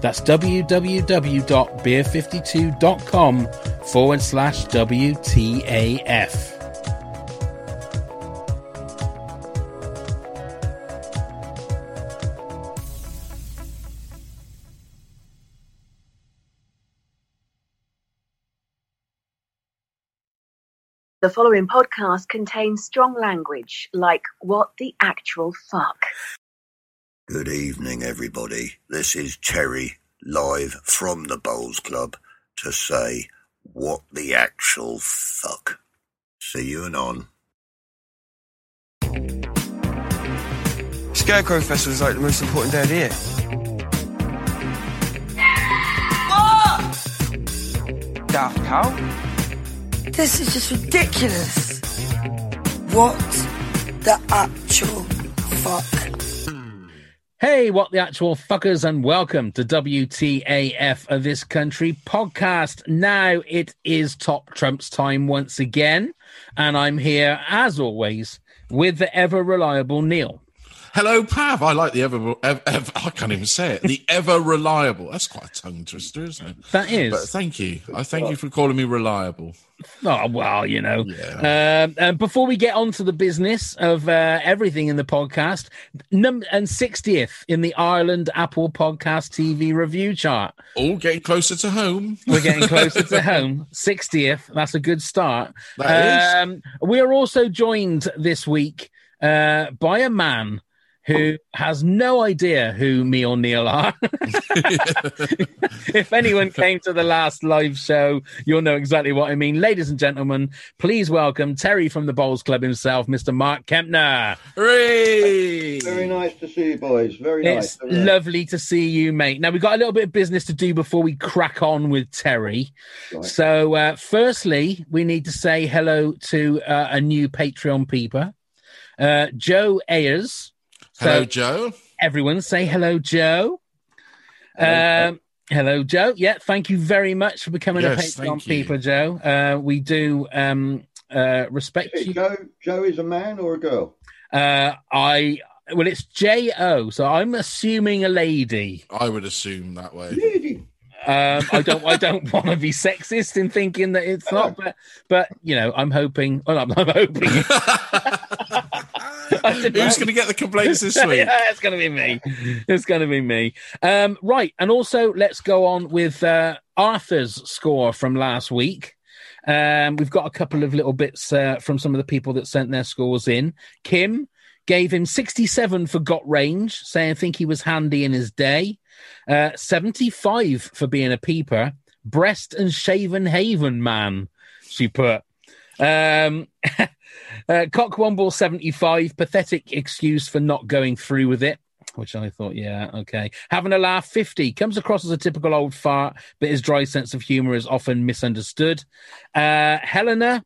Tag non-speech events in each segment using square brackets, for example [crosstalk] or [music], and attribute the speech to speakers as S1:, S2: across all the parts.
S1: That's www.beer52.com forward slash WTAF.
S2: The following podcast contains strong language like what the actual fuck.
S3: Good evening, everybody. This is Terry, live from the Bowls Club, to say what the actual fuck. See you anon.
S4: Scarecrow Festival is like the most important day of the year. Daft Cow?
S5: This is just ridiculous. What the actual fuck?
S1: Hey, what the actual fuckers, and welcome to WTAF of this country podcast. Now it is Top Trump's time once again, and I'm here as always with the ever reliable Neil.
S6: Hello, Pav. I like the ever, ever, ever I can't even say it. The ever reliable. That's quite a tongue twister, isn't it?
S1: That is.
S6: But thank you. I thank you for calling me reliable.
S1: Oh well, you know.
S6: Yeah.
S1: Um, and before we get on to the business of uh, everything in the podcast, num- and sixtieth in the Ireland Apple Podcast TV review chart.
S6: All getting closer to home.
S1: We're
S6: [laughs]
S1: getting closer to home. Sixtieth. That's a good start.
S6: That is.
S1: um, We are also joined this week uh, by a man who has no idea who me or Neil
S6: [laughs]
S1: are. [laughs] if anyone came to the last live show, you'll know exactly what I mean. Ladies and gentlemen, please welcome Terry from the Bowls Club himself, Mr. Mark Kempner.
S6: Hooray!
S7: Very nice to see you, boys. Very
S1: It's
S7: nice. Very
S1: lovely to see you, mate. Now, we've got a little bit of business to do before we crack on with Terry.
S7: Right.
S1: So, uh, firstly, we need to say hello to uh, a new Patreon peeper, uh, Joe Ayers. So-
S6: Hello, Joe.
S1: everyone say hello joe um hello joe yeah thank you very much for becoming
S6: Yes,
S1: a patreon
S6: thank you.
S1: people joe uh we do um uh respect
S7: nice. Hey,
S1: you
S7: Joe, Joe is a man or a girl?
S1: uh i well it's j-o so i'm assuming a lady
S6: I would assume that way. [laughs]
S7: Lady.
S1: um i don't i don't [laughs] want to be sexist in thinking that it's
S7: Oh.
S1: not but but you know i'm hoping well i'm, I'm hoping [laughs]
S6: [laughs] Who's
S1: don't know.
S6: going to get the complaints this
S1: [laughs]
S6: week?
S1: yeah, it's gonna be me. It's gonna be me. Um, right, and also let's go on with uh, Arthur's score from last week. Um, we've got a couple of little bits uh, from some of the people that sent their scores in. Kim gave him 67 for got range, saying think he was handy in his day. Uh, 75 for being a peeper. Breast and shaven haven man, she put. Um, [laughs] uh, Cock one ball 75, pathetic excuse for not going through with it. Which I thought, yeah, okay. Having a laugh, 50. Comes across as a typical old fart, but his dry sense of humor is often misunderstood. Uh, Helena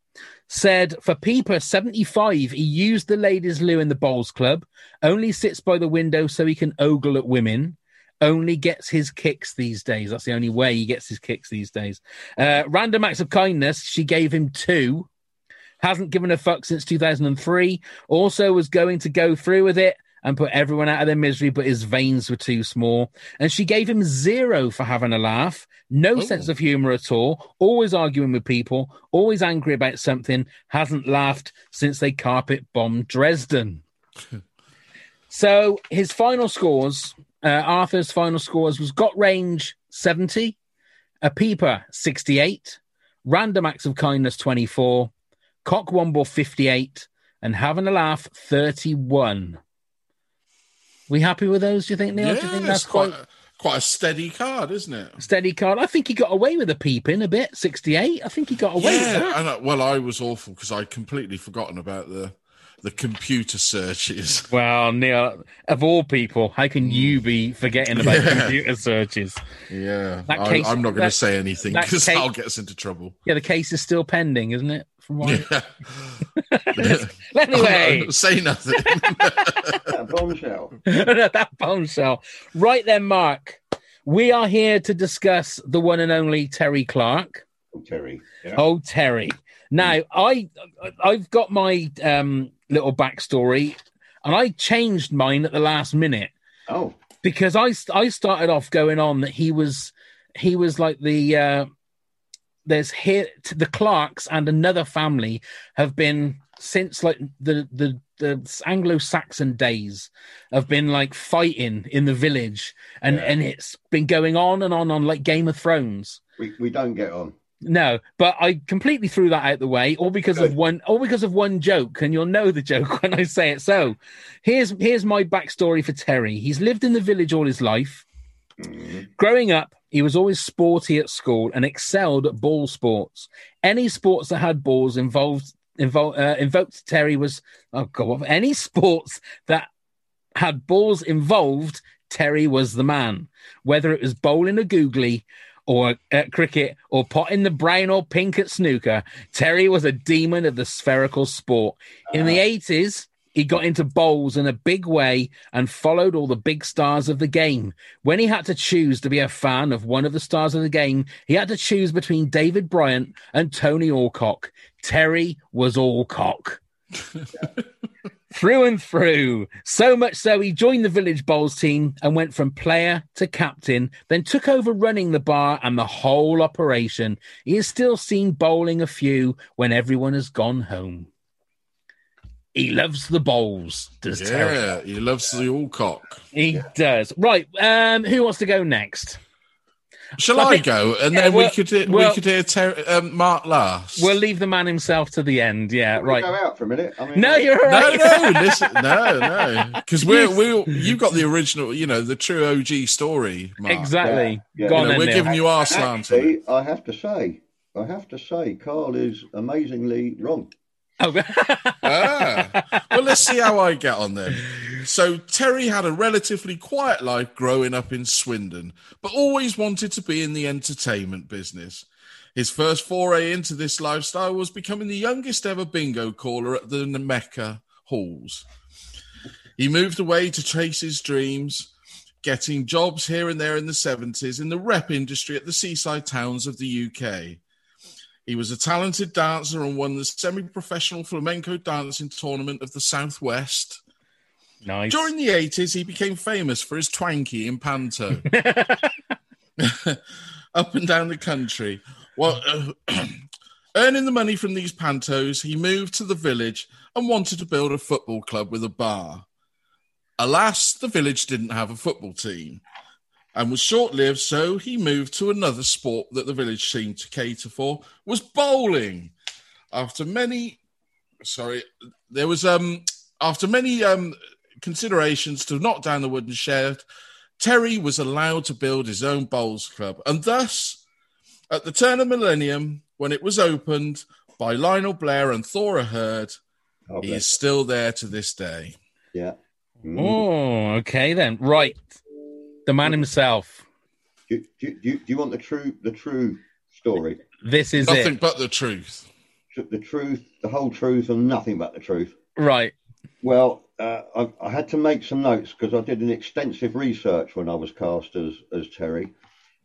S1: said, for Peeper, 75, he used the ladies' loo in the bowls club, only sits by the window so he can ogle at women, only gets his kicks these days. That's the only way he gets his kicks these days. Uh, random acts of kindness, she gave him two hasn't given a fuck since 2003. Also, was going to go through with it and put everyone out of their misery, but his veins were too small. And she gave him zero for having a laugh, no
S6: Ooh.
S1: sense of humor at all, always arguing with people, always angry about something, hasn't laughed since they carpet bombed Dresden. so, his final scores uh, Arthur's final scores was got range 70, a peeper 68, Random Acts of Kindness 24, Cock Womble 58, and Having a Laugh 31. We happy with those? Do you think, Neil?
S6: yeah,
S1: do you think
S6: that's quite a, quite a steady card, isn't it?
S1: steady card? I think he got away with a peep in a bit. 68. I think he got away with
S6: yeah,
S1: that.
S6: and I, well, I was awful because I'd completely forgotten about the the computer searches.
S1: Well, Neil, of all people, how can you be forgetting about
S6: Yeah.
S1: computer searches?
S6: Yeah,
S1: That
S6: I,
S1: case-
S6: I'm not going to
S1: that-
S6: say anything
S1: that
S6: because
S1: case-
S6: I'll get us
S1: [laughs]
S6: into trouble.
S1: Yeah, the case is still pending, isn't it? From what I-
S6: Yeah.
S1: [laughs] Anyway,
S6: say nothing.
S7: That bombshell.
S1: [laughs] that bombshell. Right then, Mark. We are here to discuss the one and only Terry Clark.
S7: Oh, Terry. Yeah.
S1: Oh, Terry. Now, I I've got my um, little backstory, and I changed mine at the last minute
S7: Oh,
S1: because I I started off going on that he was he was like the uh, there's here the Clarks and another family have been since like the the the Anglo-Saxon days have been like fighting in the village and
S6: Yeah.
S1: and it's been going on and on on like Game of Thrones.
S7: we, we don't get on.
S1: No, but I completely threw that out the way, all because of
S7: Good.
S1: one, all because of one joke, and you'll know the joke [laughs] when I say it. So, here's here's my backstory for Terry. He's lived in the village all his life.
S7: Mhm.
S1: Growing up, he was always sporty at school and excelled at ball sports. Any sports that had balls involved invol uh, invoked Terry was oh god, what- any [laughs] sports that had balls involved, Terry was the man. Whether it was bowling a googly or at cricket or potting the brown or pink at snooker, Terry was a demon of the spherical sport. In the 80s, he got into bowls in a big way and followed all the big stars of the game. When he had to choose to be a fan of one of the stars of the game, he had to choose between David Bryant and Tony Alcock. Terry was Alcock. through and through. So much so, he joined the Village Bowls team and went from player to captain, then took over running the bar and the whole operation. He is still seen bowling a few when everyone has gone home. He loves the bowls, does Terry.
S6: yeah, he loves the Alcock.
S1: He does. Right. Um, who wants to go next?
S6: Shall
S1: I
S6: I
S1: think-
S6: go? And
S1: Yeah,
S6: then
S1: well-
S6: we could hear-
S1: well-
S6: we could hear Ter- um, Mark last.
S1: We'll leave the man himself to the end. Yeah,
S7: Can we Go
S1: Uh, right.
S7: out for a minute. I mean,
S1: No, you're all
S6: no,
S1: right.
S6: no, listen, no, no, because we're we you got the original, you know, the true OG story.
S1: [laughs]
S6: Mark.
S1: Exactly.
S7: Yeah, yeah.
S1: Go
S6: You
S1: on
S6: know,
S1: then,
S6: we're
S1: Neil.
S6: giving you our slant. on it.
S7: Actually, I have to say, I have to say, Carl is amazingly wrong.
S1: Oh.
S6: Ah. Well, let's see how I get on then. So, Terry had a relatively quiet life growing up in Swindon, but always wanted to be in the entertainment business. His first foray into this lifestyle was becoming the youngest ever bingo caller at the Nemeka Halls. He moved away to chase his dreams, getting jobs here and there in the 70s in the rep industry at the seaside towns of the UK. He was a talented dancer and won the semi professional flamenco dancing tournament of the Southwest.
S1: nice.
S6: During the 80s, he became famous for his twanky in panto [laughs] up and down the country. Well, uh, [clears throat] earning the money from these pantos, he moved to the village and wanted to build a football club with a bar. Alas, the village didn't have a football team and was short lived, so he moved to another sport that the village seemed to cater for was bowling. After many sorry, there was um after many um considerations to knock down the wooden shed, Terry was allowed to build his own bowls club. And thus, at the turn of millennium, when it was opened by Lionel Blair and Thora Heard,
S7: Oh,
S6: he is
S7: bless.
S6: still there to this day.
S7: Yeah. Mm.
S1: oh, okay then. Right. The man himself.
S7: Do, do, do, do you want the true the true story?
S1: This is
S6: Nothing
S1: it.
S6: but the truth.
S7: The truth, the whole truth, and nothing but the truth.
S1: Right.
S7: Well, uh, I, I had to make some notes because I did an extensive research when I was cast as, as Terry.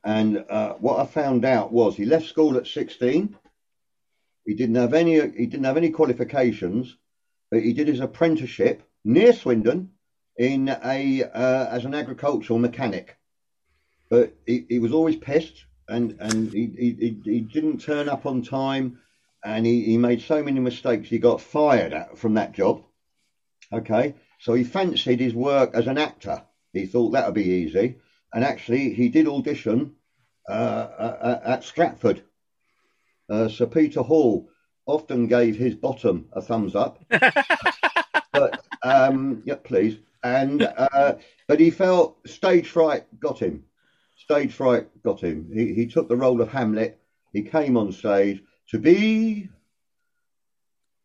S7: And uh, what I found out was he left school at 16. He didn't have any he didn't have any qualifications, but he did his apprenticeship near Swindon in a uh, as an agricultural mechanic. But he, he was always pissed and, and he, he, he- he didn't turn up on time and he, he made so many mistakes he got fired at, from that job. Okay, so he fancied his work as an actor. He thought that would be easy, and actually, he did audition uh, uh, uh, at Stratford, Uh, Sir Peter Hall often gave his bottom a thumbs up, but um, yeah, please. And uh, but he felt stage fright got him. Stage fright got him. He he took the role of Hamlet. He came on stage to be,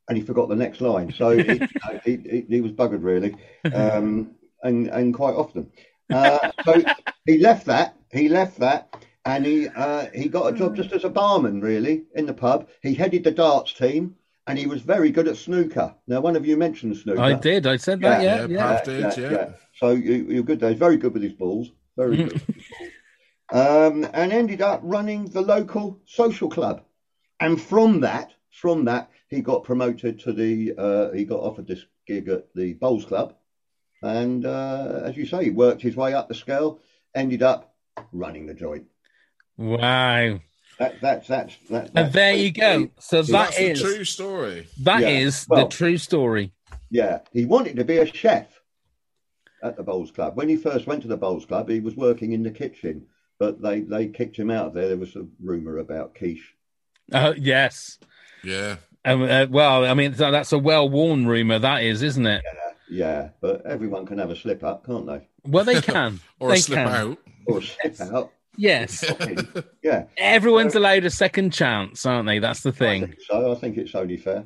S7: and he forgot the next line.
S1: [laughs]
S7: So he, he, he, he was buggered really, um, and and quite often. Uh, so he left that. He left that and he uh, he got a job just as a barman, really, in the pub. He headed the darts team, and he was very good at snooker. Now, one of you mentioned snooker.
S1: I did. I said that.
S6: Yeah,
S1: Yeah, yeah.
S6: Pav did, yeah.
S7: So you, you're good there. He's very good with his balls. Very
S1: Mm-hmm.
S7: good. with his balls. Um, and ended up running the local social club, and from that, from that, he got promoted to the. Uh, he got offered this gig at the Bowls Club, and uh, as you say, he worked his way up the scale. Ended up running the joint.
S1: Wow.
S7: That, that's that's that,
S1: And
S7: that's-
S1: there you go. So
S6: So
S1: that
S6: that's
S1: is
S6: the true story.
S1: that
S7: Yeah.
S1: is
S7: Well-
S1: the true story.
S7: Yeah, he wanted to be a chef at the Bowls Club. When he first went to the Bowls Club, he was working in the kitchen, but they they kicked him out of there. There was a rumor about quiche.
S1: Uh, yes.
S6: Yeah.
S1: Um, uh, well, I mean, tha- that's a well-worn rumor. That is, isn't it?
S7: Yeah, but everyone can have a slip up, can't they?
S1: Well, they can.
S6: Or
S1: they
S6: a slip
S1: can.
S6: out.
S7: Or a slip out.
S1: Yes.
S7: Yeah,
S1: Everyone's allowed a second chance, aren't they? That's the
S7: I
S1: thing.
S7: think so. I think it's only fair.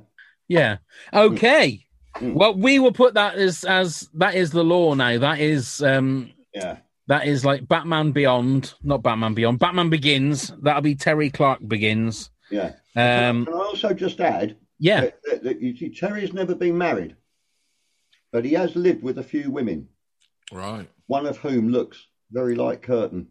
S1: Yeah. Okay.
S7: Mm.
S1: Well, we will put that as as that is the law now. That is um
S7: Yeah,
S1: That is like Batman Beyond, not Batman Beyond. Batman Begins. That'll be Terry Clark Begins.
S7: yeah.
S1: Um,
S7: Can I also just add
S1: yeah.
S7: that, that, that you see, Terry's never been married, but he has lived with a few women,
S6: Right. [laughs]
S7: one of whom looks very like Curtin.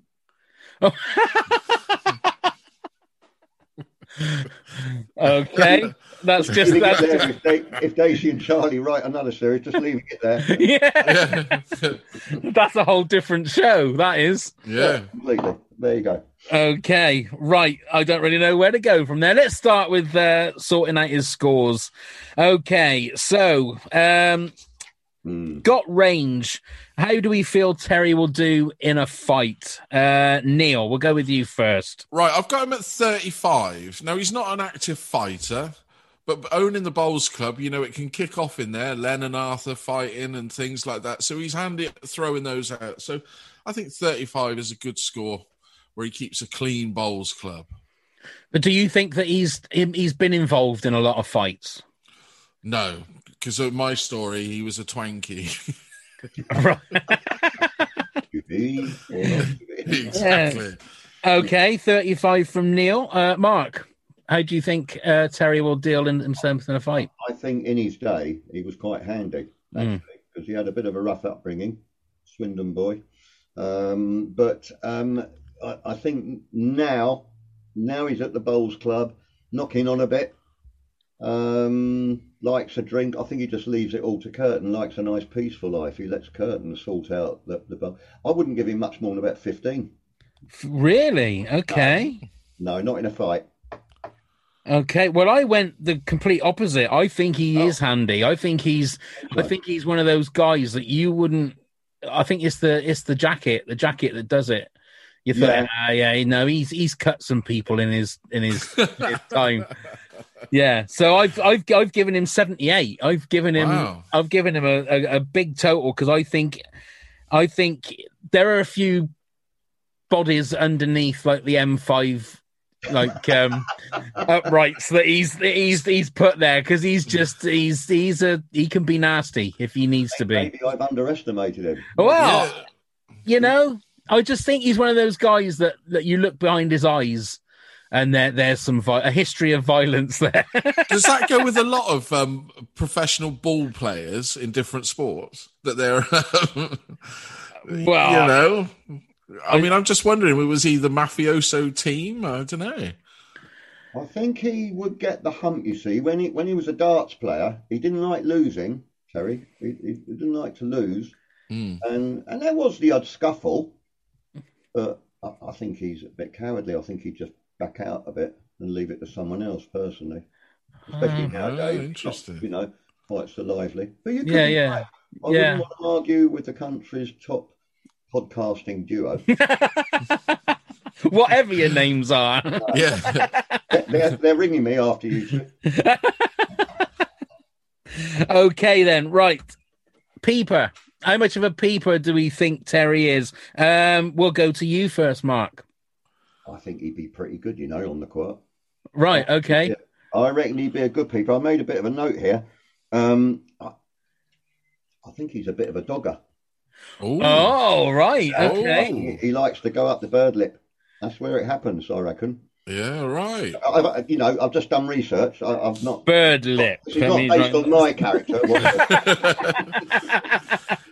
S1: okay, that's
S7: [laughs]
S1: just
S7: Leaving it
S1: that's [laughs]
S7: there.
S1: just,
S7: if, they, if Daisy and Charlie write another series, just leaving it there.
S1: yeah.
S6: Yeah. [laughs]
S1: That's a whole different show. That is
S6: yeah.
S7: Completely. There you go.
S1: okay. Right, I don't really know where to go from there. Let's start with uh, sorting out his scores. Okay, so um,
S7: Hmm,
S1: got range. How do we feel Terry will do in a fight? Uh, Neil, we'll go with you first.
S6: Right, I've got him at 35. Now, he's not an active fighter, but owning the Bowls Club, you know, it can kick off in there. Len and Arthur fighting and things like that. So he's handy at throwing those out. So I think 35 is a good score where he keeps a clean Bowls Club.
S1: But do you think that he's him, he's been involved in a lot of fights?
S6: No, because of my story, he was a twanky.
S1: [laughs]
S6: [laughs]
S1: Right.
S7: To be or not to be.
S6: exactly.
S1: okay, thirty-five from Neil. Uh, Mark, how do you think uh, Terry will deal in himself in a fight?
S7: I think in his day, he was quite handy, actually, because he had a bit of a rough upbringing, Swindon boy. Um, but um, I, I think now, now he's at the Bowls Club, knocking on a bit, um, likes a drink. I think he just leaves it all to Curtin, likes a nice peaceful life. He lets Curtin sort out the, the bowl. I wouldn't give him much more than about 15.
S1: Really? Okay.
S7: No, not in a fight.
S1: Okay. Well, I went the complete opposite. I think he
S7: Oh.
S1: is handy. I think he's. I
S7: Right.
S1: think he's one of those guys that you wouldn't. I think it's the it's the jacket, the jacket that does it. You thought,
S7: Yeah.
S1: ah, yeah, no, he's he's cut some people in his in his, in his time. Yeah, so I've I've I've given him seventy eight. I've given him
S6: Wow.
S1: I've given him a, a, a big total because I think I think there are a few bodies underneath like the M five like um uprights that he's that he's he's put there because he's just he's he's a he can be nasty if he needs to be.
S7: Maybe I've underestimated him.
S1: Well,
S6: Yeah.
S1: you know, I just think he's one of those guys that that you look behind his eyes. And there, there's some vi- a history of violence there. [laughs]
S6: Does that go with a lot of um, professional ball players in different sports that they're, [laughs]
S1: Well-
S6: you know? I mean, I'm just wondering, was he the mafioso team? I don't know.
S7: I think he would get the hump. You see, when he when he was a darts player, he didn't like losing. Terry, he, he didn't like to lose,
S6: Hmm.
S7: and and there was the odd scuffle, but I, I think he's a bit cowardly. I think he'd just back out a bit and leave it to someone else personally, especially
S1: Mm.
S7: nowadays.
S6: Oh,
S7: it's not,
S6: interesting.
S7: you know, quite so lively. But you could
S1: yeah,
S7: be
S1: yeah.
S7: right. I
S1: yeah.
S7: wouldn't want
S1: [laughs]
S7: to argue with the country's top podcasting duo.
S1: whatever your names are.
S6: Yeah. [laughs]
S7: They're, they're ringing me after you. two.
S1: okay, then. Right. Peeper. How much of a peeper do we think Terry is? Um, we'll go to you first, Mark.
S7: I think he'd be pretty good, you know, on the court.
S1: Right. Okay.
S7: Yeah. I reckon he'd be a good keeper. I made a bit of a note here. Um, I, I think he's a bit of a dogger.
S6: Ooh.
S1: Oh, right.
S6: Oh.
S1: Okay.
S7: He, he likes to go up the bird lip. That's where it happens, I reckon.
S6: Yeah, right.
S7: I, I, you know, I've just done research. I, I've not.
S1: Bird lip.
S7: This is
S1: I
S7: not
S1: mean,
S7: based
S1: right-
S7: on my character. whatsoever.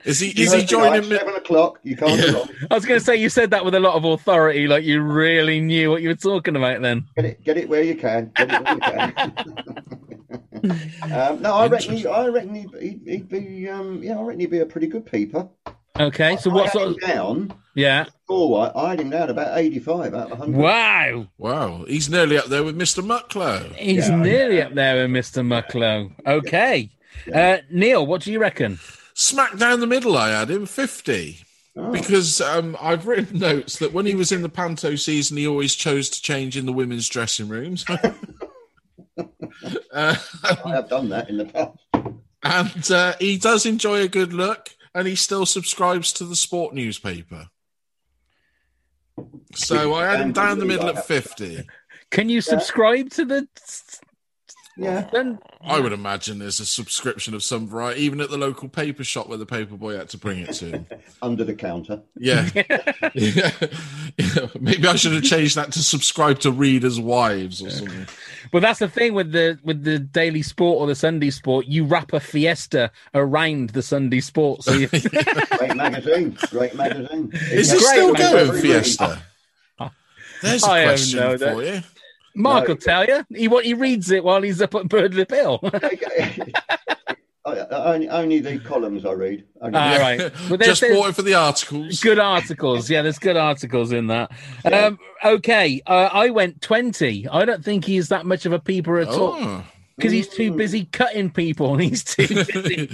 S6: Is he
S7: You
S6: is he
S7: know, tonight,
S6: joining me?
S7: Seven o'clock. You can't
S6: Yeah.
S7: go wrong.
S1: [laughs] I was going to say you said that with a lot of authority, like you really knew what you were talking about. Then
S7: Get it, get it where you can. Get it where you can. um, no, I reckon. He, I reckon he'd, he'd, he'd be. Um, yeah, I reckon he'd be a pretty good peeper.
S1: okay. So
S7: I
S1: what
S7: had
S1: sort
S7: him
S1: of
S7: down?
S1: yeah?
S7: Oh, I, I had him down about eighty-five out of hundred.
S1: Wow,
S6: Wow, he's nearly up there with Mr. Mucklow.
S1: he's
S7: Yeah.
S1: nearly up there with Mister Mucklow. Okay, Uh, Neil, what do you reckon?
S6: Smack down the middle, I had him 50.
S7: Oh.
S6: Because um, I've written [laughs] notes that when he was in the panto season, he always chose to change in the women's dressing rooms. [laughs] uh, [laughs]
S7: I have done that in the past.
S6: and uh, he does enjoy a good look, and he still subscribes to the sport newspaper. So I had him down the middle at 50.
S1: Can you subscribe to the?
S7: Yeah.
S1: Then
S6: I would imagine there's a subscription of some variety, even at the local paper shop where the paper boy had to bring it to him.
S7: Under the counter.
S6: Yeah. [laughs] yeah. [laughs] Maybe I should have changed that to subscribe to readers' wives or something.
S1: well, that's the thing with the with the Daily Sport or the Sunday Sport. You wrap a fiesta around the Sunday Sport, so you,
S7: Great magazine. Great magazine.
S6: Is
S1: It's
S6: this
S1: great,
S6: still
S1: mate.
S6: going,
S7: Every [laughs]
S6: Fiesta? There's a
S1: I don't
S6: question
S1: know that.
S6: for you.
S1: Mark
S7: No.
S1: will tell you. He what he reads it while he's up at Birdlip Hill.
S7: week. [laughs] I- I- only, only the columns I read. Only
S1: Ah,
S7: the-
S1: right. Well, there's-
S6: Just
S1: there's-
S6: bought it for the articles.
S1: good articles. Yeah, there's good articles in that. Um, okay, uh, I went 20. I don't think he's that much of a peeper at all [laughs]
S6: Oh.
S1: because he's too busy cutting people. [laughs] He's too
S6: [laughs]
S1: busy.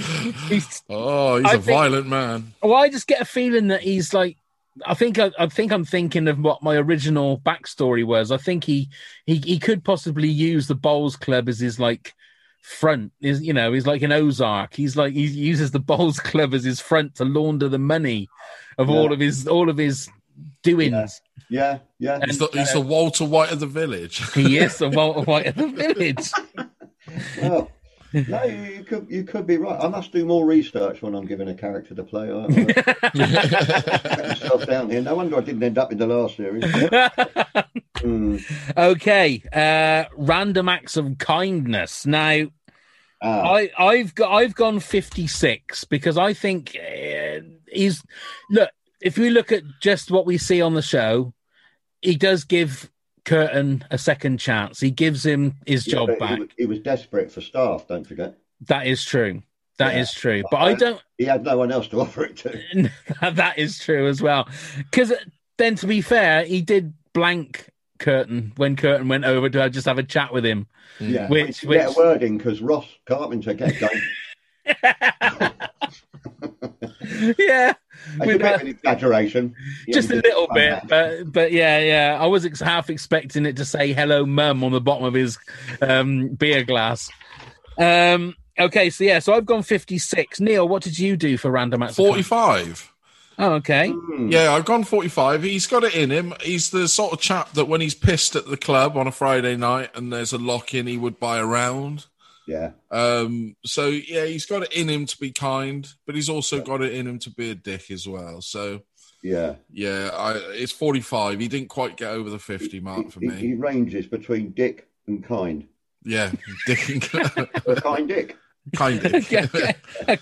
S1: he's,
S6: oh, he's
S1: I
S6: a
S1: think-
S6: violent man.
S1: well, I just get a feeling that he's like. I think I, I think I'm thinking of what my original backstory was. I think he he, he could possibly use the bowls club as his like front is you know he's like an ozark he's like he uses the bowls club as his front to launder the money of all
S7: Yeah.
S1: of his all of his doings
S7: Yeah, yeah.
S6: He's the, he's the Walter White of the village. [laughs]
S1: He is the Walter White of the village. [laughs]
S7: Well, no, you, you could you could be right. I must do more research when I'm giving a character to play. I, I put myself down here. No wonder I didn't end up in the last series. Hmm.
S1: okay, uh, random acts of kindness. Now,
S7: Ah,
S1: I, I've got I've gone fifty six because I think uh, he's look. If you look at just what we see on the show, he does give Curtin a second chance. He gives him his
S7: yeah,
S1: job
S7: but
S1: back.
S7: He was, he was desperate for staff. Don't forget,
S1: That is true. That is
S7: Yeah.
S1: true. But I don't. [laughs]
S7: he had no one else to [laughs] offer it to.
S1: that is true as well. Because then, to be fair, he did blank Curtin when Curtin went over to just have a chat with
S7: [laughs]
S1: him.
S7: Yeah,
S1: Which-
S7: We get
S1: which-
S7: a word in because Ross Carpenter kept going.
S1: yeah,
S7: It's a
S1: With,
S7: bit
S1: uh,
S7: of an exaggeration. Yeah,
S1: just a
S7: because-
S1: little bit, but but yeah, yeah. I was ex- half expecting it to say "Hello, Mum" on the bottom of his um, beer glass. Um, okay, so yeah, so I've gone fifty-six. Neil, what did you do for random acts? of
S6: 45.
S1: kindness? Oh, okay.
S6: Yeah, I've gone 45. He's got it in him. He's the sort of chap that when he's pissed at the club on a Friday night and there's a lock in, he would buy a round.
S7: Yeah,
S6: Um, so, yeah, he's got it in him to be kind, but he's also got it in him to be a dick as well. So,
S7: yeah.
S6: yeah, I, it's 45. He didn't quite get over the 50 mark for
S7: He, he
S6: me.
S7: ranges between dick and
S1: [laughs]
S7: kind.
S6: Yeah, [laughs] dick and
S7: A kind dick.
S1: [laughs]
S6: kind of.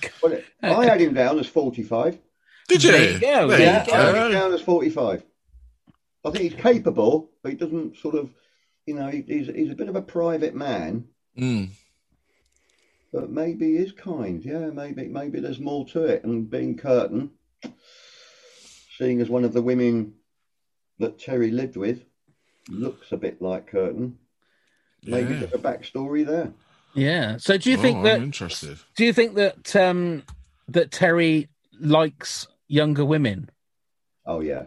S7: Well, I had him down as 45.
S6: Did you?
S1: Uh, There you go,
S6: There
S1: yeah.
S6: you
S7: I had him
S6: go.
S7: down as 45. I think he's capable, but he doesn't sort of, you know, he, he's, he's a bit of a private man,
S6: Mm.
S7: but maybe he is kind. Yeah, maybe maybe there's more to it. And being Curtin, seeing as one of the women that Terry lived with looks a bit like Curtin, maybe
S6: Yeah.
S7: there's a backstory there.
S1: Yeah. So do you think
S6: oh,
S1: that?
S6: I'm interested.
S1: Do you think that um, that Terry likes younger women?
S7: Oh, yeah.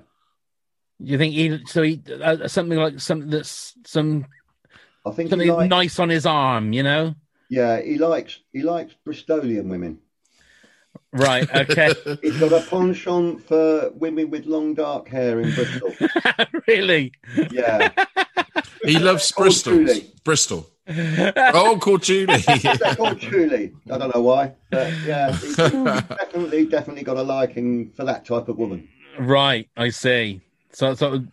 S1: You think he so he uh, something like something that's some
S7: I think he
S1: something
S7: likes,
S1: nice on his arm, you know?
S7: yeah, he likes he likes Bristolian women.
S1: Right. [laughs]
S7: [laughs]
S1: Okay. [laughs]
S7: He's got a penchant for women with long dark hair in Bristol.
S1: really.
S7: Yeah,
S6: He loves
S7: Oh,
S6: Bristol.
S7: truly.
S1: [laughs]
S6: Bristol. Oh, called Julie.
S7: they're called Julie. I don't know why, but yeah, he's definitely definitely got a liking for that type of woman.
S1: Right. I see. So so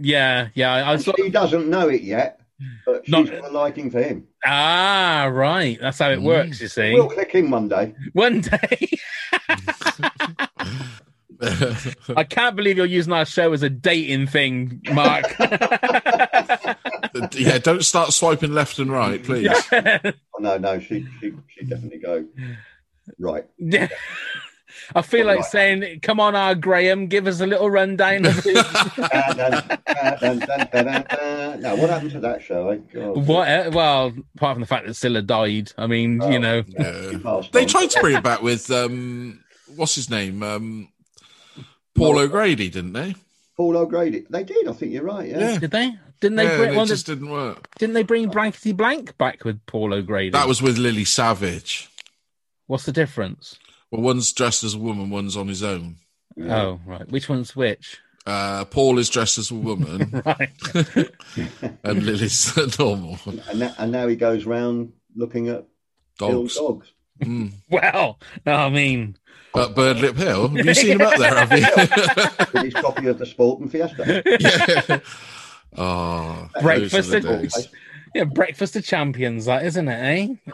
S1: yeah yeah I, I
S7: And
S1: sort
S7: she doesn't know it yet, but she's
S1: Not-
S7: got a liking for him.
S1: ah right that's how it works. You see.
S7: We'll click in one day.
S1: One day. [laughs] I can't believe you're using our show as a dating thing, Mark. [laughs]
S6: [laughs] yeah, don't start swiping left and right, please.
S7: Oh, no, no, she she she
S1: [sighs]
S7: definitely go right.
S1: Yeah. I feel like saying, "Come on, our Graham, give us a little rundown." Of
S6: [laughs]
S1: who-
S7: Dun, dun, dun, dun, dun, dun, dun. Now, what happened to that show? I, God,
S1: what? eh, Well, apart from the fact that Scylla died, I mean,
S6: Oh.
S1: you know,
S6: Yeah.
S7: Passed
S6: They
S7: on.
S6: tried to bring it back with um, what's his name, um, Paul O'Grady, didn't they?
S7: Paul O'Grady. They did. I think you're right. Yeah.
S6: Yeah.
S1: did they? Didn't they?
S6: yeah,
S1: bring,
S6: and
S1: well,
S6: it just didn't work.
S1: Didn't they bring Blankety Blank back with Paul O'Grady?
S6: That was with Lily Savage.
S1: What's the difference?
S6: Well, one's dressed as a woman, one's on his own.
S1: Oh, right. Which one's which? [laughs]
S6: Uh, Paul is dressed as a woman,
S1: Right.
S6: and Lily's [laughs] normal
S7: And that, and now he goes round looking at
S6: dogs. Mm.
S7: ill dogs.
S1: well, I mean,
S6: But Birdlip Hill, have you seen him up there? Have you? [laughs]
S7: With his copy of the Sport
S1: [laughs]
S7: and Fiesta.
S6: yeah. Oh, those are
S1: Breakfast
S6: the
S1: at-
S6: days.
S1: yeah, breakfast of champions, that isn't it?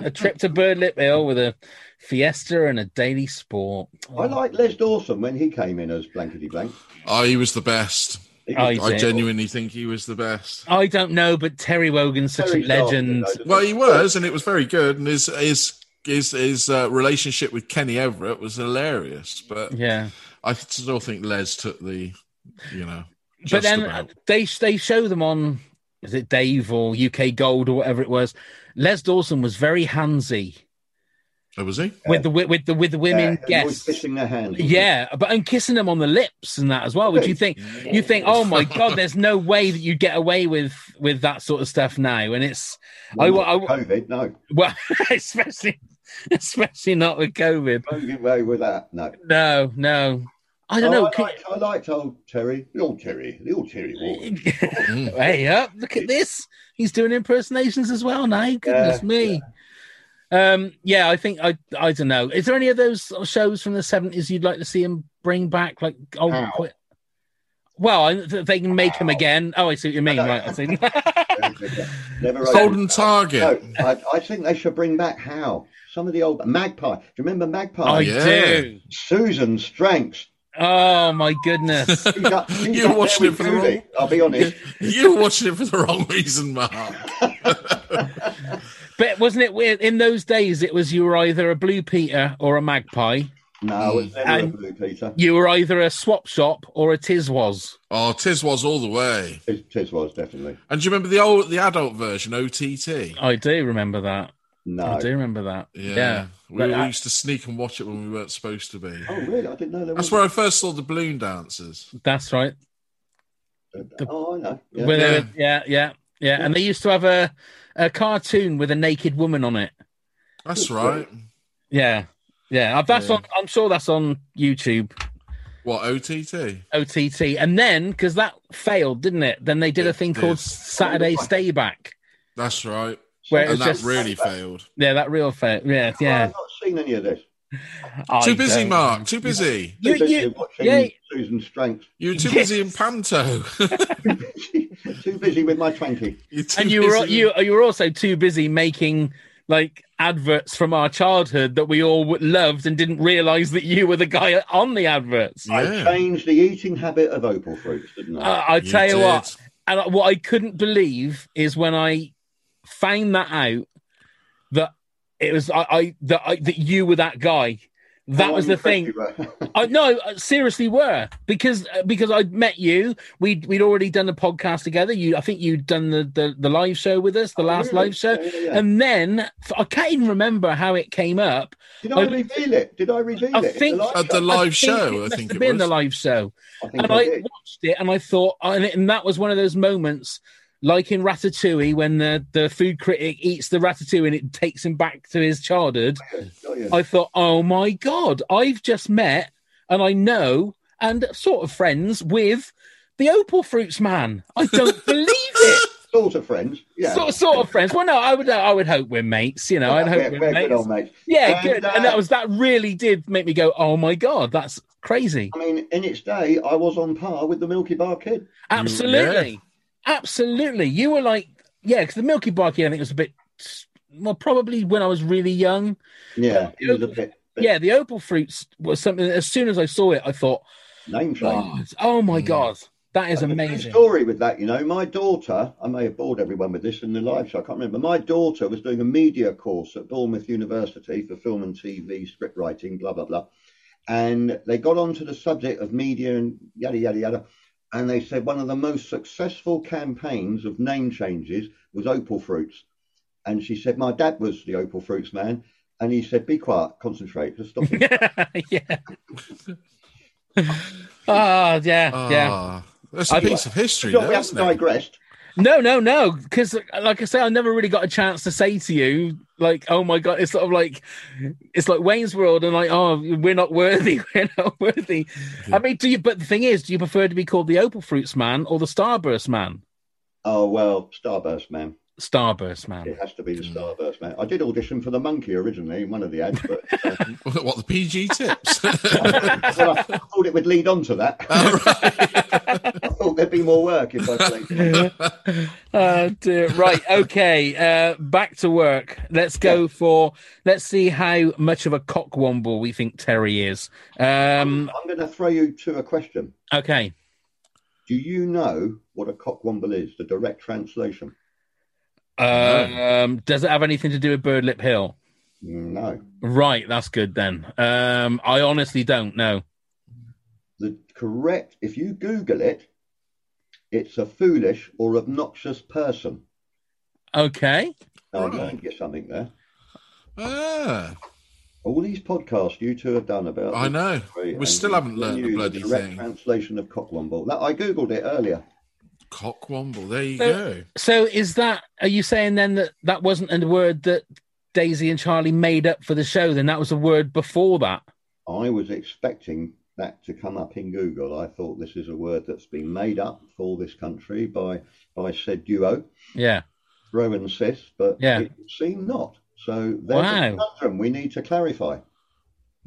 S1: Eh? A trip to Birdlip Hill with a fiesta and a daily sport.
S7: I like Les Dawson when he came in as blankety blank.
S6: Oh, he was the best.
S7: He
S1: Oh,
S7: was-
S1: he's-
S6: I
S1: it?
S6: genuinely think he was the best.
S1: I don't know, but Terry Wogan's such
S7: Terry
S1: a
S7: Dargan,
S1: legend.
S7: though, doesn't
S6: Well, he was, and it was very good. And his his his his uh, relationship with Kenny Everett was hilarious. But
S1: Yeah,
S6: I still think Les took the, you know, just
S1: but then
S6: about.
S1: they they show them on is it Dave or UK Gold or whatever it was. Les Dawson was very handsy
S6: Oh, was he?
S1: with the wi- with the with the
S7: Yeah,
S1: women
S7: everyone's
S1: guests.
S7: kissing their hands.
S1: Yeah, but and kissing them on the lips and that as well. Would you think you think, oh my god, there's no way that you get away with with that sort of stuff now? And it's I,
S7: Well,
S1: I
S7: not COVID, no.
S1: well, [laughs] especially especially not with COVID.
S7: Don't get away with that, no.
S1: No, no, I don't
S7: Oh,
S1: know.
S7: I,
S1: Could-
S7: liked, I liked old Terry, the old Terry, the old Terry
S1: [laughs]
S7: Walker.
S6: Mm.
S1: hey up! Look at this. He's doing impersonations as well now. Goodness
S7: Yeah,
S1: me. Um, yeah, I think I I don't know. Is there any of those sort of shows from the seventies you'd like to see him bring back? Like oh,
S7: How?
S1: quite- well, I, th- they can make him
S7: How?
S1: again. Oh, I see what you mean.
S7: know.
S1: Right, I see.
S7: Never
S6: Golden
S7: opened.
S6: Target.
S7: No, I, I think they should bring back how some of the old Magpie. Do you remember
S1: [laughs]
S7: Magpie?
S1: I
S6: yeah.
S1: do.
S7: Susan Stranks.
S1: Oh my goodness.
S7: She's up- she's
S6: You're
S7: up there
S6: watching
S7: with
S6: it for the
S7: Judy,
S6: wrong-
S7: I'll be honest.
S6: [laughs] You were watching it for the wrong reason, Mark.
S1: but wasn't it weird in those days? It was you were either a blue Peter or a magpie.
S7: No, it's never
S1: And-
S7: a blue Peter.
S1: You were either a swap shop or a tiz was.
S6: Oh, Tiz was all the way.
S7: Tis, tis was definitely
S6: And do you remember the old, the adult version, OTT?
S1: I do remember that.
S7: no.
S1: I do remember that. Yeah.
S6: We,
S1: But
S6: all
S1: I-
S6: used to sneak and watch it when we weren't supposed to be.
S7: Oh really? I didn't know there was.
S6: That's where I first saw the balloon dancers.
S1: that's right.
S7: Oh, I know. Yeah.
S1: Where they
S6: Yeah.
S1: were- yeah. yeah, yeah, And they used to have a, a cartoon with a naked woman on it.
S7: [laughs]
S6: That's right.
S1: Yeah. Yeah. Uh, That's
S6: Yeah.
S1: on I'm sure that's on YouTube.
S6: What, OTT?
S1: OTT. And then because that failed, didn't it? Then they did a
S6: It
S1: thing
S6: did.
S1: called Saturday Stay Back.
S6: That's right.
S1: Where it
S6: And
S1: was
S6: that
S1: just
S7: [laughs]
S6: really failed.
S1: Yeah, that real fail. Yeah,
S7: Oh,
S1: yeah.
S7: I've not seen any of this.
S1: I
S6: too busy,
S1: don't-
S6: Mark. Too busy.
S1: You-
S7: Too busy
S1: you-
S7: watching
S1: yeah.
S7: Susan Stranks.
S6: You were too
S1: Yes.
S6: busy in Panto. [laughs]
S7: Too busy with my twenty.
S6: You're too
S1: And you were
S6: busy-
S1: you you were also too busy making like adverts from our childhood that we all w- loved and didn't realize that you were the guy on the adverts.
S7: I
S6: Yeah.
S7: changed the eating habit of opal fruits, didn't I?
S1: Uh, I
S6: You
S1: tell you
S6: did.
S1: what, and I- what I couldn't believe is when I found that out that it was I, I that I that you were that guy. That
S7: How
S1: was
S7: long
S1: the thing.
S7: you press you were?
S1: I, no, I seriously, were because uh, because I'd met you. We'd we'd already done the podcast together. You, I think you'd done the the, the live show with us, the
S7: [laughs]
S1: last
S7: Oh, really?
S1: live show, Um,
S7: Yeah, yeah, yeah.
S1: and then f- I can't even remember how it came up.
S7: Did I
S1: I-
S7: reveal it? Did I reveal
S1: I
S7: it? in
S1: think-
S7: the live
S6: At
S1: I
S6: the
S7: show?
S6: live
S1: think
S6: show,
S1: it
S6: I
S1: must
S6: think
S1: have
S6: it
S1: been
S6: was.
S1: the live show,
S7: I think
S1: and
S7: I
S1: I
S7: did.
S1: watched it, and I thought, and, it- and that was one of those moments. Like in Ratatouille, when the, the food critic eats the ratatouille and it takes him back to his childhood,
S7: Got you.
S1: I thought, oh my God, I've just met and I know and sort of friends with the opal fruits man. I
S7: [laughs]
S1: don't believe it.
S7: Sort of friends. Yeah.
S1: Sort, sort of friends. Well, no, I would, I would hope we're mates. You know, I'd hope
S7: we're,
S1: we're,
S7: we're
S1: mates.
S7: good old mates.
S1: yeah,
S7: And,
S1: good.
S7: uh,
S1: and that was that really did make me go, oh my God, that's crazy.
S7: I mean, in its day, I was on par with the Milky Bar Kid.
S1: Absolutely, absolutely. You were like, yeah, because the Milky Bar Kid, I think was a bit. Well, probably when I was really young,
S7: Yeah, it was a bit
S1: yeah, the opal fruits was something. That as soon as I saw it, I thought,
S7: name change.
S1: God. Oh my God. That is
S7: There's a true
S1: amazing.
S7: story with that, you know. My daughter, I may have bored everyone with this in the live show, I can't remember. My daughter was doing a media course at Bournemouth University for film and TV, script writing, blah, blah, blah. And they got onto the subject of media and yada, yada, yada. And they said one of the most successful campaigns of name changes was Opal Fruits. And she said, My dad was the Opal Fruits man. And he said, Be quiet, concentrate,
S6: [laughs]
S7: just stop it.
S1: [laughs] yeah. oh yeah, yeah.
S6: Ah, that's a
S1: I think-
S6: piece of history,
S7: Sure,
S6: though,
S7: we haven't
S6: isn't it?
S7: digressed.
S1: No, no, no. Because, like I say, I never really got a chance to say to you, like, "Oh my god," it's sort of like, it's like Wayne's World, and like, "Oh, we're not worthy, [laughs] we're not worthy." I mean, do you? But the thing is, do you prefer to be called the Opal Fruits Man or the Starburst Man?
S7: Oh, well, Starburst, man.
S1: Starburst Man.
S7: It has to be the
S6: Mm.
S7: Starburst, mate. I did audition for the monkey originally in one of the ads, but
S6: [laughs]
S7: uh,
S6: What the PG tips? [laughs]
S7: well, I thought it would lead on to that. [laughs] I thought there'd be more work if I
S6: [laughs]
S7: played.
S1: Oh dear. Right. Okay. Uh, back to work. Let's go for. Let's see how much of a cockwomble we think Terry is. Um,
S7: I'm going to throw you to a question.
S1: okay.
S7: Do you know what a cockwomble is? The direct translation?
S1: Um, does it have anything to do with Birdlip Hill?
S7: No.
S1: Right. That's good then. Um, I honestly don't know.
S7: The correct, if you Google it, it's a foolish or obnoxious person.
S1: Okay.
S7: Now, I'm
S6: Right.
S7: going to get something there.
S6: ah,
S7: All these podcasts you two have done about.
S6: I know. We
S7: and
S6: still haven't learned the
S7: you
S6: bloody
S7: direct
S6: thing.
S7: translation of cockwomble. That I googled it earlier.
S6: Cockwomble. There you
S1: So-
S6: go.
S1: So is that? Are you saying then that that wasn't a word that Daisy and Charlie made up for the show? Then that was a word before that.
S7: I was expecting that to come up in Google. I thought this is a word that's been made up for this country by by said duo,
S1: Yeah.
S7: Roe and Sis, but
S1: Yeah.
S7: it seemed not. So there's
S1: Wow.
S7: a conundrum we need to clarify.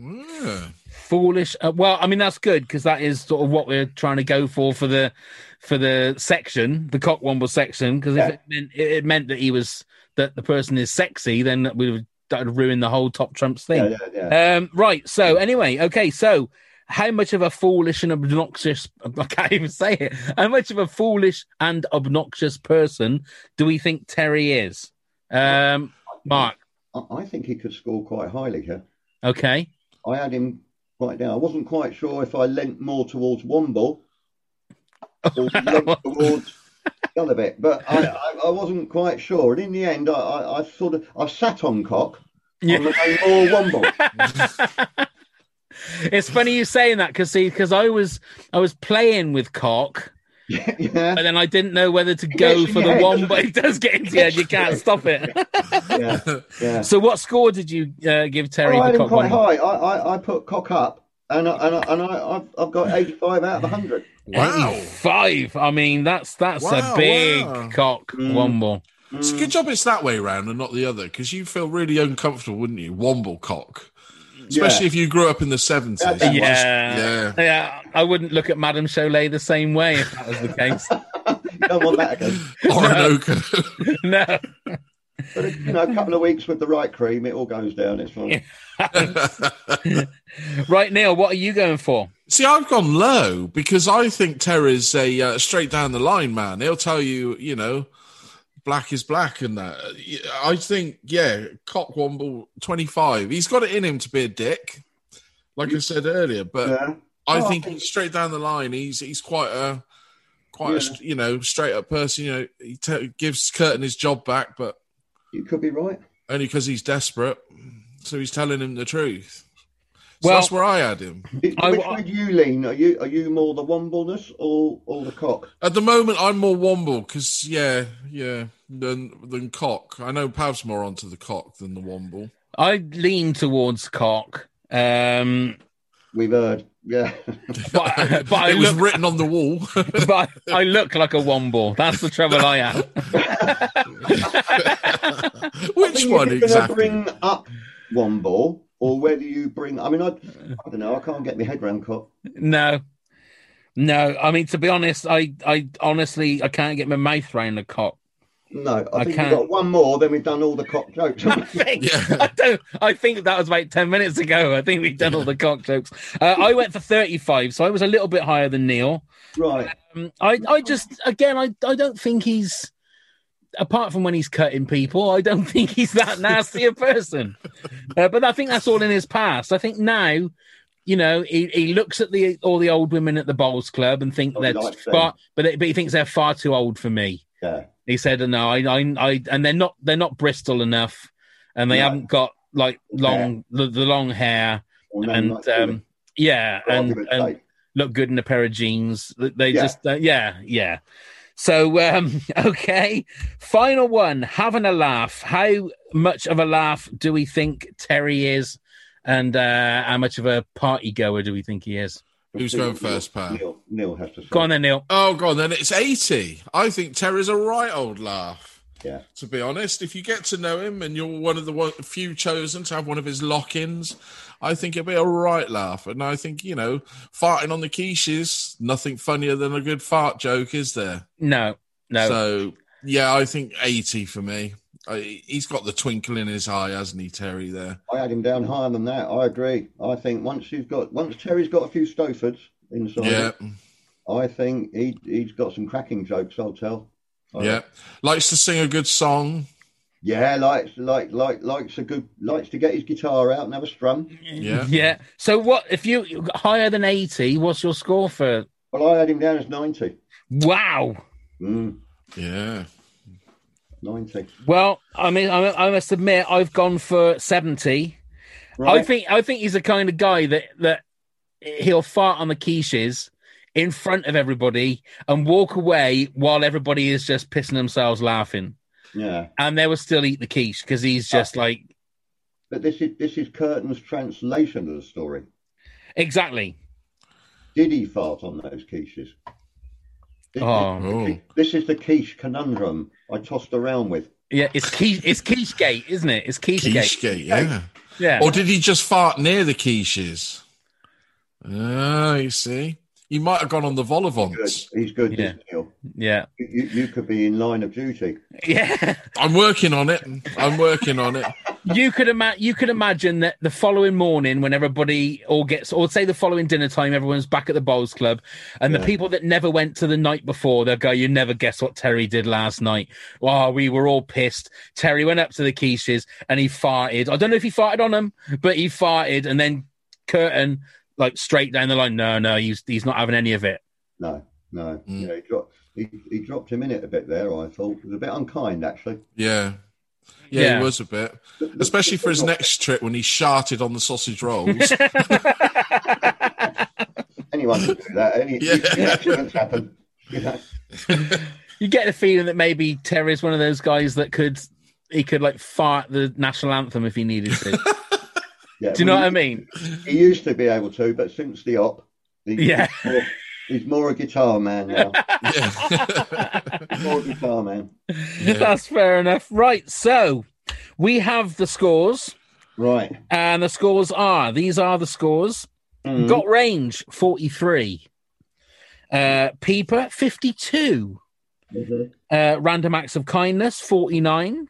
S6: Ah,
S1: foolish uh, well i mean that's good because that is sort of what we're trying to go for for the for the section the cockwomble section because
S7: Yeah.
S1: if it meant, it, it meant that he was that the person is sexy then we would that would ruin the whole top trumps
S7: Yeah,
S1: thing
S7: yeah, yeah.
S1: um right so anyway okay so how much of a foolish and obnoxious [laughs] i can't even say it how much of a foolish and obnoxious person do we think terry is um mark
S7: I, I think he could score quite highly here.
S1: okay
S7: I had him right down. I wasn't quite sure if I leant more towards Womble
S1: [laughs]
S7: or leant towards the other bit, but I, I, I wasn't quite sure. And in the end, I, I, I sort of I sat on cock.
S1: Yeah.
S7: I'm going more Womble.
S1: It's funny you saying that because see, because I was I was playing with cock, [laughs]
S7: yeah.
S1: but then I didn't know whether to
S7: gets
S1: go
S7: in
S1: for
S7: your
S1: the
S7: head,
S1: one,
S7: doesn't
S1: but it does get into your head. You can't stop it.
S7: yeah, yeah.
S1: so, what score did you uh, give Terry
S7: I
S1: for
S7: had him
S1: cock one?
S7: quite high. I, I, I put cock up, and I, and I, and I I've, I've got eighty five out of hundred.
S6: wow.
S1: Five. I mean, that's that's
S6: Wow,
S1: a big
S6: wow.
S1: cock womble.
S6: It's a good job it's that way round and not the other because you feel really uncomfortable, wouldn't you? Womble cock. Especially if you grew up in the 70s.
S7: Yeah.
S1: Yeah.
S6: You just-
S1: yeah,
S6: yeah.
S1: I wouldn't look at Madame Cholet the same way if that was the case. [laughs]
S7: You don't want that again.
S6: Orinoco.
S1: no.
S7: But you know, a couple of weeks with the right cream, it all goes down. It's fine.
S1: Right, Neil, what are you going for?
S6: See, I've gone low because I think Terry's a uh, straight down the line man. He'll tell you, you know, black is black and that. I think, yeah, Cockwomble 25. He's got it in him to be a dick. like I said earlier. But
S7: Yeah.
S6: I
S5: Oh, I
S6: think
S5: think-
S6: straight down the line, he's he's quite a quite
S7: Yeah.
S6: a st- you know straight up person. You know, he t- gives Curtin his job back, but
S7: You could be right.
S6: only because he's desperate. So he's telling him the truth. So
S1: Well-
S6: that's where I had him.
S7: Which
S1: I-
S7: way do you lean? Are you are you more the wombleness or or the cock?
S6: At the moment, I'm more Womble because yeah, yeah, than than cock. I know Pav's more onto the cock than the Womble.
S1: I lean towards cock. Um,
S7: We've heard. Yeah. [laughs]
S1: but but I
S6: [laughs] it was
S1: look
S6: written on the wall. [laughs]
S1: [laughs] but I look like a womble. That's the trouble I have.
S6: Which one
S7: Whether
S6: exactly?
S7: bring up womble or whether you bring. I mean, I, I don't know. I can't get my head round cock.
S1: [laughs] No, no. I mean, to be honest, I, I honestly, I can't get my mouth round the cock.
S7: No, I,
S1: I
S7: think
S1: can't.
S7: we've got one more. Then we've done all the cock jokes. [laughs]
S1: I think,
S6: Yeah.
S1: [laughs] I don't. I think that was about ten minutes ago. I think we've done all the cock jokes. Uh, I went for thirty-five, so I was a little bit higher than Neil.
S7: right.
S1: Um, I, I just, again, I, I don't think he's. Apart from when he's cutting people, I don't [laughs] think he's that nasty a person. Uh, but I think that's all in his past. I think now, you know, he, he looks at the all the old women at the bowls club and think
S7: Oh,
S1: they're
S7: like them.
S1: far, but but he thinks they're far too old for me.
S7: Yeah.
S1: He said, "No, I, I, I and they're not they're not Bristol enough, and they
S7: No.
S1: haven't got like long the, the long hair,
S7: Or no,
S1: and
S7: not
S1: um,
S7: really.
S1: yeah,
S7: For
S1: and,
S7: argument's
S1: and
S7: sake.
S1: look good in a pair of jeans. They- They
S7: Yeah.
S1: just, uh, yeah, yeah." So, um, [laughs] okay, final one. Having a laugh. How much of a laugh do we think Terry is, and uh, how much of a party goer do we think he is?
S6: Who's
S7: Neil-
S6: going first, Pat?
S7: Neil, Neil has to. Say.
S1: Go on then, Neil.
S6: Oh god, then it's eighty. I think Terry's a right old laugh.
S7: Yeah.
S6: To be honest, if you get to know him and you're one of the one, few chosen to have one of his lock-ins, I think it'll be a right laugh. And I think you know, farting on the quiches, nothing funnier than a good fart joke, is there?
S1: No, no. [laughs]
S6: So yeah, I think eighty for me. I, he's got the twinkle in his eye, hasn't he, Terry? There.
S7: I had him down higher than that. I agree. I think once you've got once Terry's got a few Stofords inside,
S6: Yeah,
S7: I think he he's got some cracking jokes. I'll tell. I-
S6: yeah. Likes to sing a good song.
S7: yeah. Likes like like likes a good likes to get his guitar out and have a strum.
S6: Yeah.
S1: Yeah. So what if you higher than 80, what's your score for?
S7: Well, I had him down as ninety.
S1: Wow.
S7: Mm,
S6: Yeah.
S7: ninety.
S1: Well, I mean I, I must admit I've gone for 70. I
S7: Right.
S1: think I think he's the kind of guy that that he'll fart on the quiches in front of everybody and walk away while everybody is just pissing themselves laughing
S7: yeah.
S1: and they will still eat the quiche because he's just like
S7: But this is this is Curtin's translation of the story.
S1: exactly.
S7: Did he fart on those quiches? This,
S1: Oh.
S6: Oh.
S7: this is the quiche conundrum I tossed around with.
S1: Yeah, it's quiche it's quiche gate, isn't it? It's quiche,
S6: Quiche
S1: gate.
S6: gate, yeah.
S1: Yeah.
S6: Or did he just fart near the quiches? Ah, you see. He might have gone on the
S7: Good.
S6: volivants.
S7: He's good.
S1: Yeah.
S7: This Neil.
S1: Yeah. [laughs]
S7: You, you, you could be in line of duty.
S1: Yeah.
S6: I'm working on it. I'm working on it.
S1: you could ima- you could imagine that the following morning when everybody all gets or say the following dinner time everyone's back at the bowls club and the
S7: Yeah.
S1: people that never went to the night before they'll go you never guess what terry did last night oh we were all pissed terry went up to the quiches and he farted i don't know if he farted on them but he farted and then curtain like straight down the line no no he's he's not having any of it [laughs]
S7: No, no.
S6: Mm.
S7: Yeah, he dropped. He, he dropped him in it a bit there. I thought it was a bit unkind, actually.
S6: Yeah. Yeah,
S1: Yeah.
S6: he was a bit. Especially for his next trip when he sharted on the sausage
S1: [laughs]
S6: rolls.
S7: Anyone can do that. Any
S6: [laughs] Yeah.
S7: accidents happen. You know?
S1: you get the feeling that maybe terry's one of those guys that could he could like fart the national anthem if he needed to
S7: Yeah,
S1: Do you know what I mean? [laughs]
S7: He used to be able to, but since the op, he,
S1: Yeah.
S7: he's, more, he's more a guitar
S1: [laughs]
S7: man now.
S6: yeah.
S7: more a guitar man.
S6: yeah.
S1: That's fair enough. Right. So we have the scores,
S7: Right.
S1: and the scores are these are the scores.
S7: Mm.
S1: Got range 43, uh, Peeper 52,
S7: Mhm.
S1: uh, Random Acts of Kindness 49,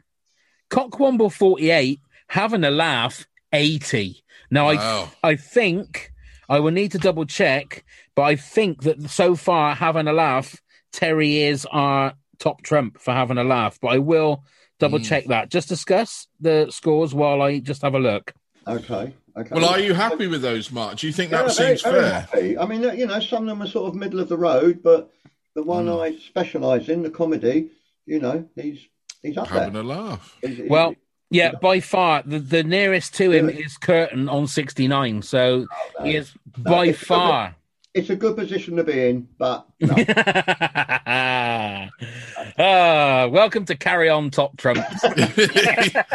S1: Cockwomble 48, Having a Laugh 80. Now, I
S6: Wow.
S1: I think I will need to double check, but I think that so far having a laugh, Terry is our top trump for having a laugh. But I will double
S6: Mm.
S1: check that. Just discuss the scores while I just have a look.
S7: Okay. Okay.
S6: Well, are you happy with those, Mark? Do you think that
S7: Yeah, very-
S6: seems
S7: very
S6: fair?
S7: happy. I mean, you know, some of them are sort of middle of the road, but the one
S6: Hmm.
S7: I specialise in, the comedy, you know, he's he's up
S6: Having
S7: there.
S6: a
S7: [laughs]
S6: laugh.
S7: He's- he's-
S1: Well, yeah, by far the, the nearest to him is Curtin on 69. So he is by
S7: it's-
S1: [laughs] far.
S7: it's a good position to be in, but no.
S1: ah, welcome to Carry On Top Trumps.
S6: [laughs]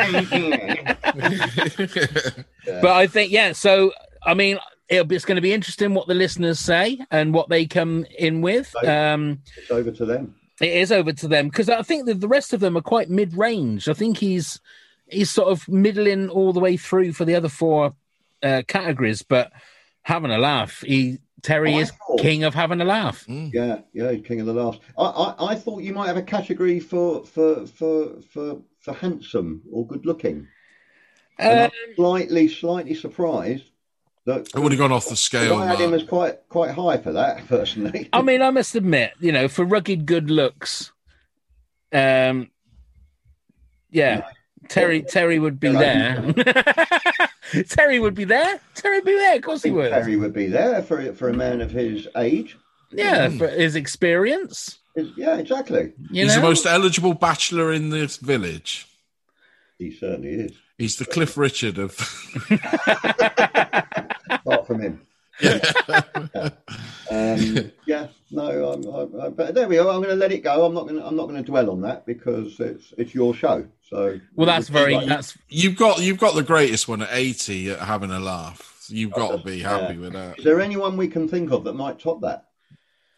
S1: But I think, yeah, so I mean, it'll be, it's going to be interesting what the listeners say and what they come in with. Um,
S7: it's over to them.
S1: it is over to them because I think that the rest of them are quite mid range. I think he's he's sort of middling all the way through for the other four uh, categories, but having a laugh. He Terry
S7: Oh, I Mm.
S1: is
S7: thought-
S1: king of having a laugh.
S6: Hmm.
S7: Yeah, yeah, he's king of the last. I, I, I thought you might have a category for for for for for handsome or good looking. And
S1: Uh,
S7: I'm slightly, slightly surprised that
S6: I would have gone off the
S7: I
S6: scale.
S7: had him
S6: Mark.
S7: as quite quite high for that [laughs] personally.
S1: I mean, I must admit, you know, for rugged good looks, um, yeah, Terry Terry would be there. [laughs] Terry would be there. Terry would be there. Of course he
S7: think
S1: would.
S7: Perry would be there for for a man of his age.
S1: Yeah, for his experience.
S7: Is- yeah, exactly.
S1: You
S6: He's
S1: know?
S6: the most eligible bachelor in this village.
S7: He certainly is.
S6: He's the Cliff Richard
S7: [laughs]
S6: of. [laughs]
S7: Apart from him.
S1: [laughs]
S7: um, yeah, no, I'm, I, I, but there we are. I'm going to let it go. I'm not going. to I'm not going to dwell on that because it's it's your show. So
S1: well, that's very
S7: Right.
S1: that's
S6: You've got you've got the greatest one at eighty at having a laugh. You've got to be happy with that
S7: Is there anyone we can think of that might top that?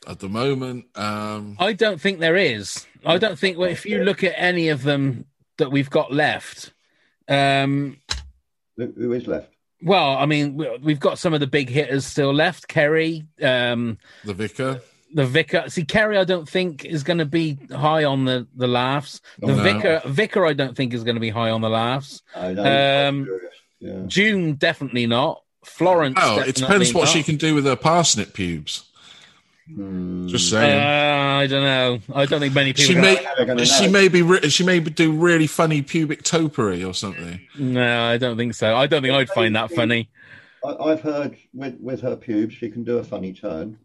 S6: at the moment. Um,
S1: I don't think there is. I don't think well, if you look at any of them that we've got left, um,
S7: Who, who is left?
S1: well, I mean, we- we've got some of the big hitters still left. Kerry, um,
S6: the vicar,
S1: the vicar. See, Kerry, I don't think is going to be high on the the laughs. The
S6: No.
S1: vicar, vicar, I don't think is going to be high on the laughs.
S7: I know.
S1: Um,
S7: curious. Yeah.
S1: June, definitely not. Florence.
S6: Oh, it depends
S1: definitely
S6: what
S1: not.
S6: she can do with her parsnip pubes.
S7: Hmm. Mm.
S6: Just saying.
S1: Uh, I don't know. I don't think many people. are
S6: eh? she may
S1: gonna-
S7: they're gonna
S6: she
S7: know.
S6: may be re- she may do really funny pubic topiary or something.
S1: No, I don't think so. I don't think I'd find that funny.
S7: I, I've heard with with her pubes, she can do a
S1: [laughs]
S7: funny turn.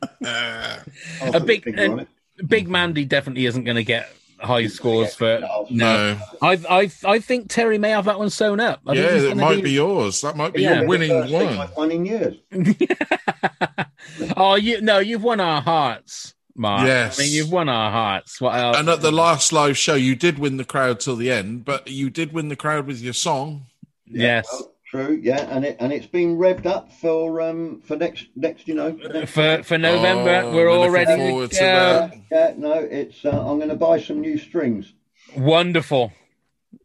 S7: I'll put the
S1: big-
S7: finger
S1: and-
S7: on it.
S6: Mm.
S1: Big Mandy definitely isn't going to get high scores for.
S7: I'll-
S6: No,
S1: I I I think Terry may have that one sewn up. I think
S6: yeah,
S1: he's
S6: it
S1: gonna
S6: might
S1: do-
S6: be yours. That might be
S1: Yeah.
S6: your winning
S7: First thing
S6: one.
S7: I've won in years.
S1: Oh, you no, you've won our hearts, Mark.
S6: Yes.
S1: I mean you've won our hearts. What else?
S6: And at the last live show, you did win the crowd till the end, but you did win the crowd with your song.
S1: yes.
S7: Well, true, yeah, and it and it's been revved up for um for next next you know for
S1: [laughs]
S7: next,
S1: for for November,
S6: Oh,
S1: we're all
S6: looking
S1: ready to
S6: forward
S1: go.
S6: to that.
S7: yeah no it's uh, I'm going to buy some new strings.
S1: Wonderful.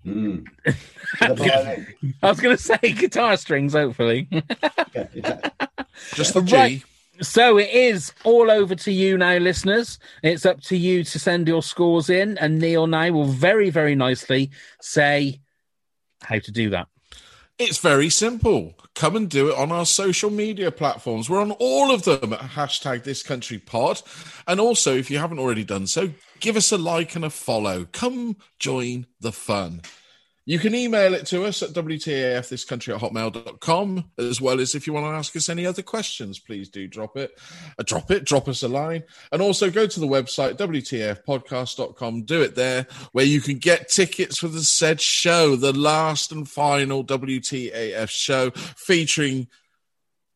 S1: Hmm.
S7: [laughs] Mm. For the violin.
S1: I was going to [laughs] say guitar strings, hopefully. [laughs]
S7: Yeah, exactly.
S6: Just the G.
S1: Right. So it is all over to you now, listeners. It's up to you to send your scores in, and Neil now will very, very nicely say how to do that.
S6: It's very simple. Come and do it on our social media platforms. We're on all of them at hashtag this country pod. And also, if you haven't already done so, give us a like and a follow. Come join the fun. You can email it to us at WTAFthiscountry at hotmail.com, as well as if you want to ask us any other questions, please do drop it. Uh, drop it, drop us a line. And also go to the website, WTAFpodcast.com, do it there, where you can get tickets for the said show, the last and final WTAF show featuring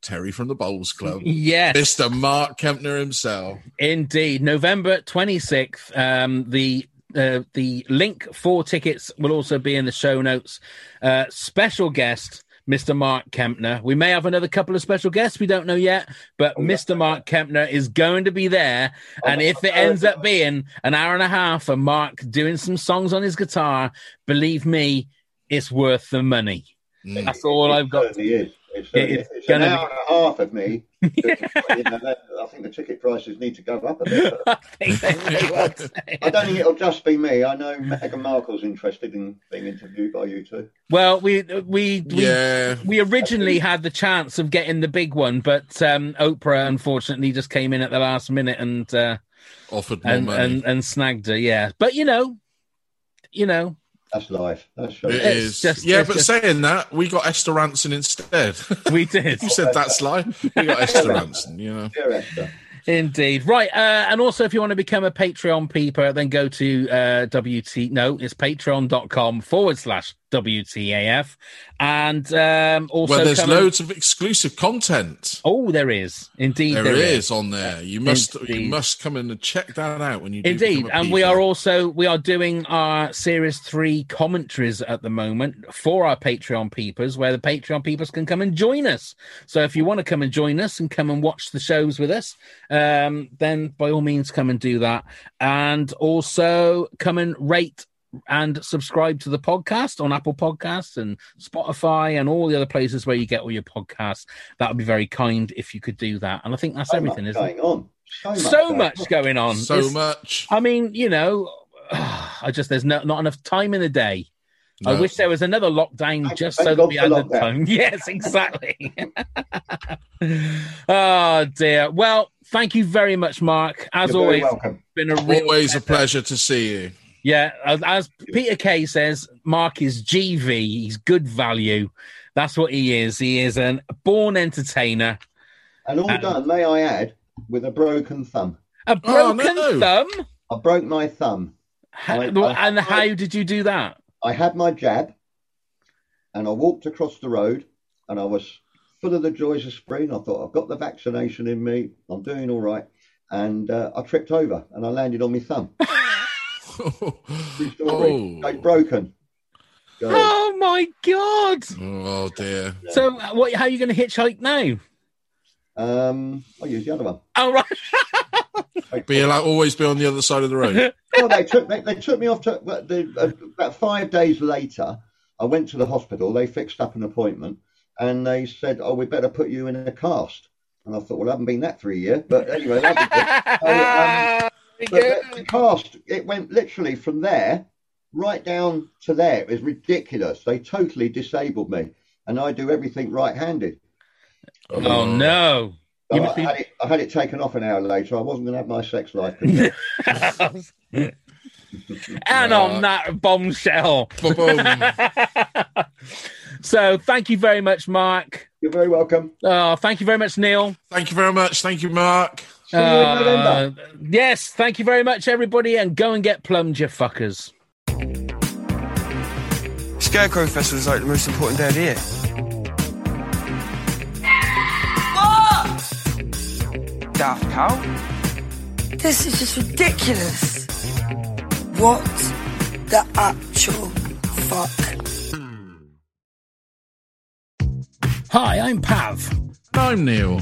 S6: Terry from the Bowls Club,
S1: [laughs] Yes.
S6: Mr. Mark Kempner himself.
S1: Indeed, November twenty sixth. Um, the uh, the link for tickets will also be in the show notes. Uh, special guest. Mr. Mark Kempner. We may have another couple of special guests. We don't know yet, but Mr. Mark Kempner is going to be there. And if it ends up being an hour and a half of Mark doing some songs on his guitar, believe me, it's worth the money.
S6: Mm.
S1: That's all I've [laughs]
S7: It
S1: got.
S7: certainly is. It certainly
S1: it's
S7: is. It's an
S1: gonna
S7: hour and a half
S1: [laughs]
S7: of me. doing- you know, that- I think the ticket prices need to go up a bit.
S1: I think that's what I [laughs] would say.
S7: I don't think it'll just be me. I know Meghan Markle's interested in being interviewed by you two.
S1: Well, we we, we
S6: Yeah.
S1: we originally had the chance of getting the big one, but um, Oprah unfortunately just came in at the last minute and uh,
S6: Offered more
S1: and,
S6: money.
S1: and and snagged her. Yeah, but you know, you know,
S7: That's life. That's
S6: It
S7: show.
S1: It's
S6: is.
S1: just-
S6: yeah,
S1: it's
S6: but
S1: just-
S6: saying that, we got Esther Ranson instead. [laughs]
S1: We [laughs] did.
S6: you said that's life. We got Esther Ranson, you know.
S7: Dear Esther.
S1: Indeed. Right. Uh, and also, if you want to become a Patreon peeper, then go to uh, WT. No, it's patreon.com forward slash WTAF. And um, also,
S6: Well, there's
S1: come and-
S6: loads of exclusive content.
S1: Oh, there is. Indeed,
S6: There is on there. You must
S1: Indeed.
S6: you must come in and check that out when you do
S1: Indeed,
S6: become a
S1: and we are
S6: peeper.
S1: also we are doing our series three commentaries at the moment for our Patreon peepers, where the Patreon peepers can come and join us. So if you want to come and join us and come and watch the shows with us, um, then by all means come and do that, and also come and rate and subscribe to the podcast on Apple Podcasts and Spotify and all the other places where you get all your podcasts. That would be very kind if you could do that. And I think that's
S7: So
S1: everything,
S7: much
S1: isn't it?
S7: going on. So much.
S1: So
S7: going
S1: much
S7: on.
S1: going on.
S6: so
S1: It's-
S6: much.
S1: I mean, you know, [sighs] I just there's no, not enough time in the day. I
S6: No.
S1: wish there was another lockdown
S7: Thank-
S1: just
S7: thank
S1: so that
S7: God
S1: we
S7: for
S1: had the
S7: lockdown.
S1: time. [laughs] Yes, exactly. [laughs] oh dear. Well, thank you very much, Mark. As
S7: You're
S1: always,
S7: very welcome.
S1: it's been a real
S6: Always a pleasure to see you.
S1: yeah. As, as Peter Kay says, Mark is GV. He's good value. That's what he is. He is an born entertainer.
S7: And all
S1: And-
S7: done, may I add, with a broken thumb.
S1: A
S6: Oh,
S1: broken
S6: no.
S1: thumb.
S7: I broke my thumb.
S1: How-
S7: I-
S1: and how did you do that?
S7: I had my jab and I walked across the road and I was full of the joys of spring. I thought, I've got the vaccination in me. I'm doing all right. And uh, I tripped over and I landed on my thumb. True story.
S6: oh.
S7: It's broken. Go.
S1: Oh my god.
S6: oh dear.
S1: So, uh, what? How are you going to hitchhike now?
S7: Um, I'll use the other one.
S1: Oh right.
S6: Be allowed, always be on the other side of the road.
S7: well, they took they, they took me off to but the, uh, about five days later. I went to the hospital. They fixed up an appointment, and they said, "Oh, we better put you in a cast." And I thought, "Well, I haven't been that for a year." But anyway, that'd be
S1: [laughs]
S7: good.
S1: Very
S7: um,
S1: [laughs]
S7: But
S1: good.
S7: the- the cast it went literally from there right down to there. It was ridiculous. They totally disabled me, and I do everything right-handed.
S1: [laughs] Oh no.
S7: So
S1: You
S7: I,
S1: must be-
S7: had it, I had it taken off an hour later. I wasn't going to have my sex
S1: [laughs]
S7: life. Confused.
S1: and
S7: Uh,
S1: on that bombshell.
S7: hmm.
S6: Ba-boom.
S1: [laughs] so, thank you very much, Mark.
S7: You're very welcome.
S1: Oh, thank you very much, Neil.
S6: Thank you very much. Thank you, Mark.
S7: See you in November.
S1: Uh, yes, thank you very much, everybody, and go and get plumbed, you fuckers.
S4: Scarecrow Festival is like the most important day of the year.
S5: What?
S4: Daft Cow.
S5: This is just ridiculous. What the actual fuck?
S8: Hi, I'm Pav.
S6: I'm Neil.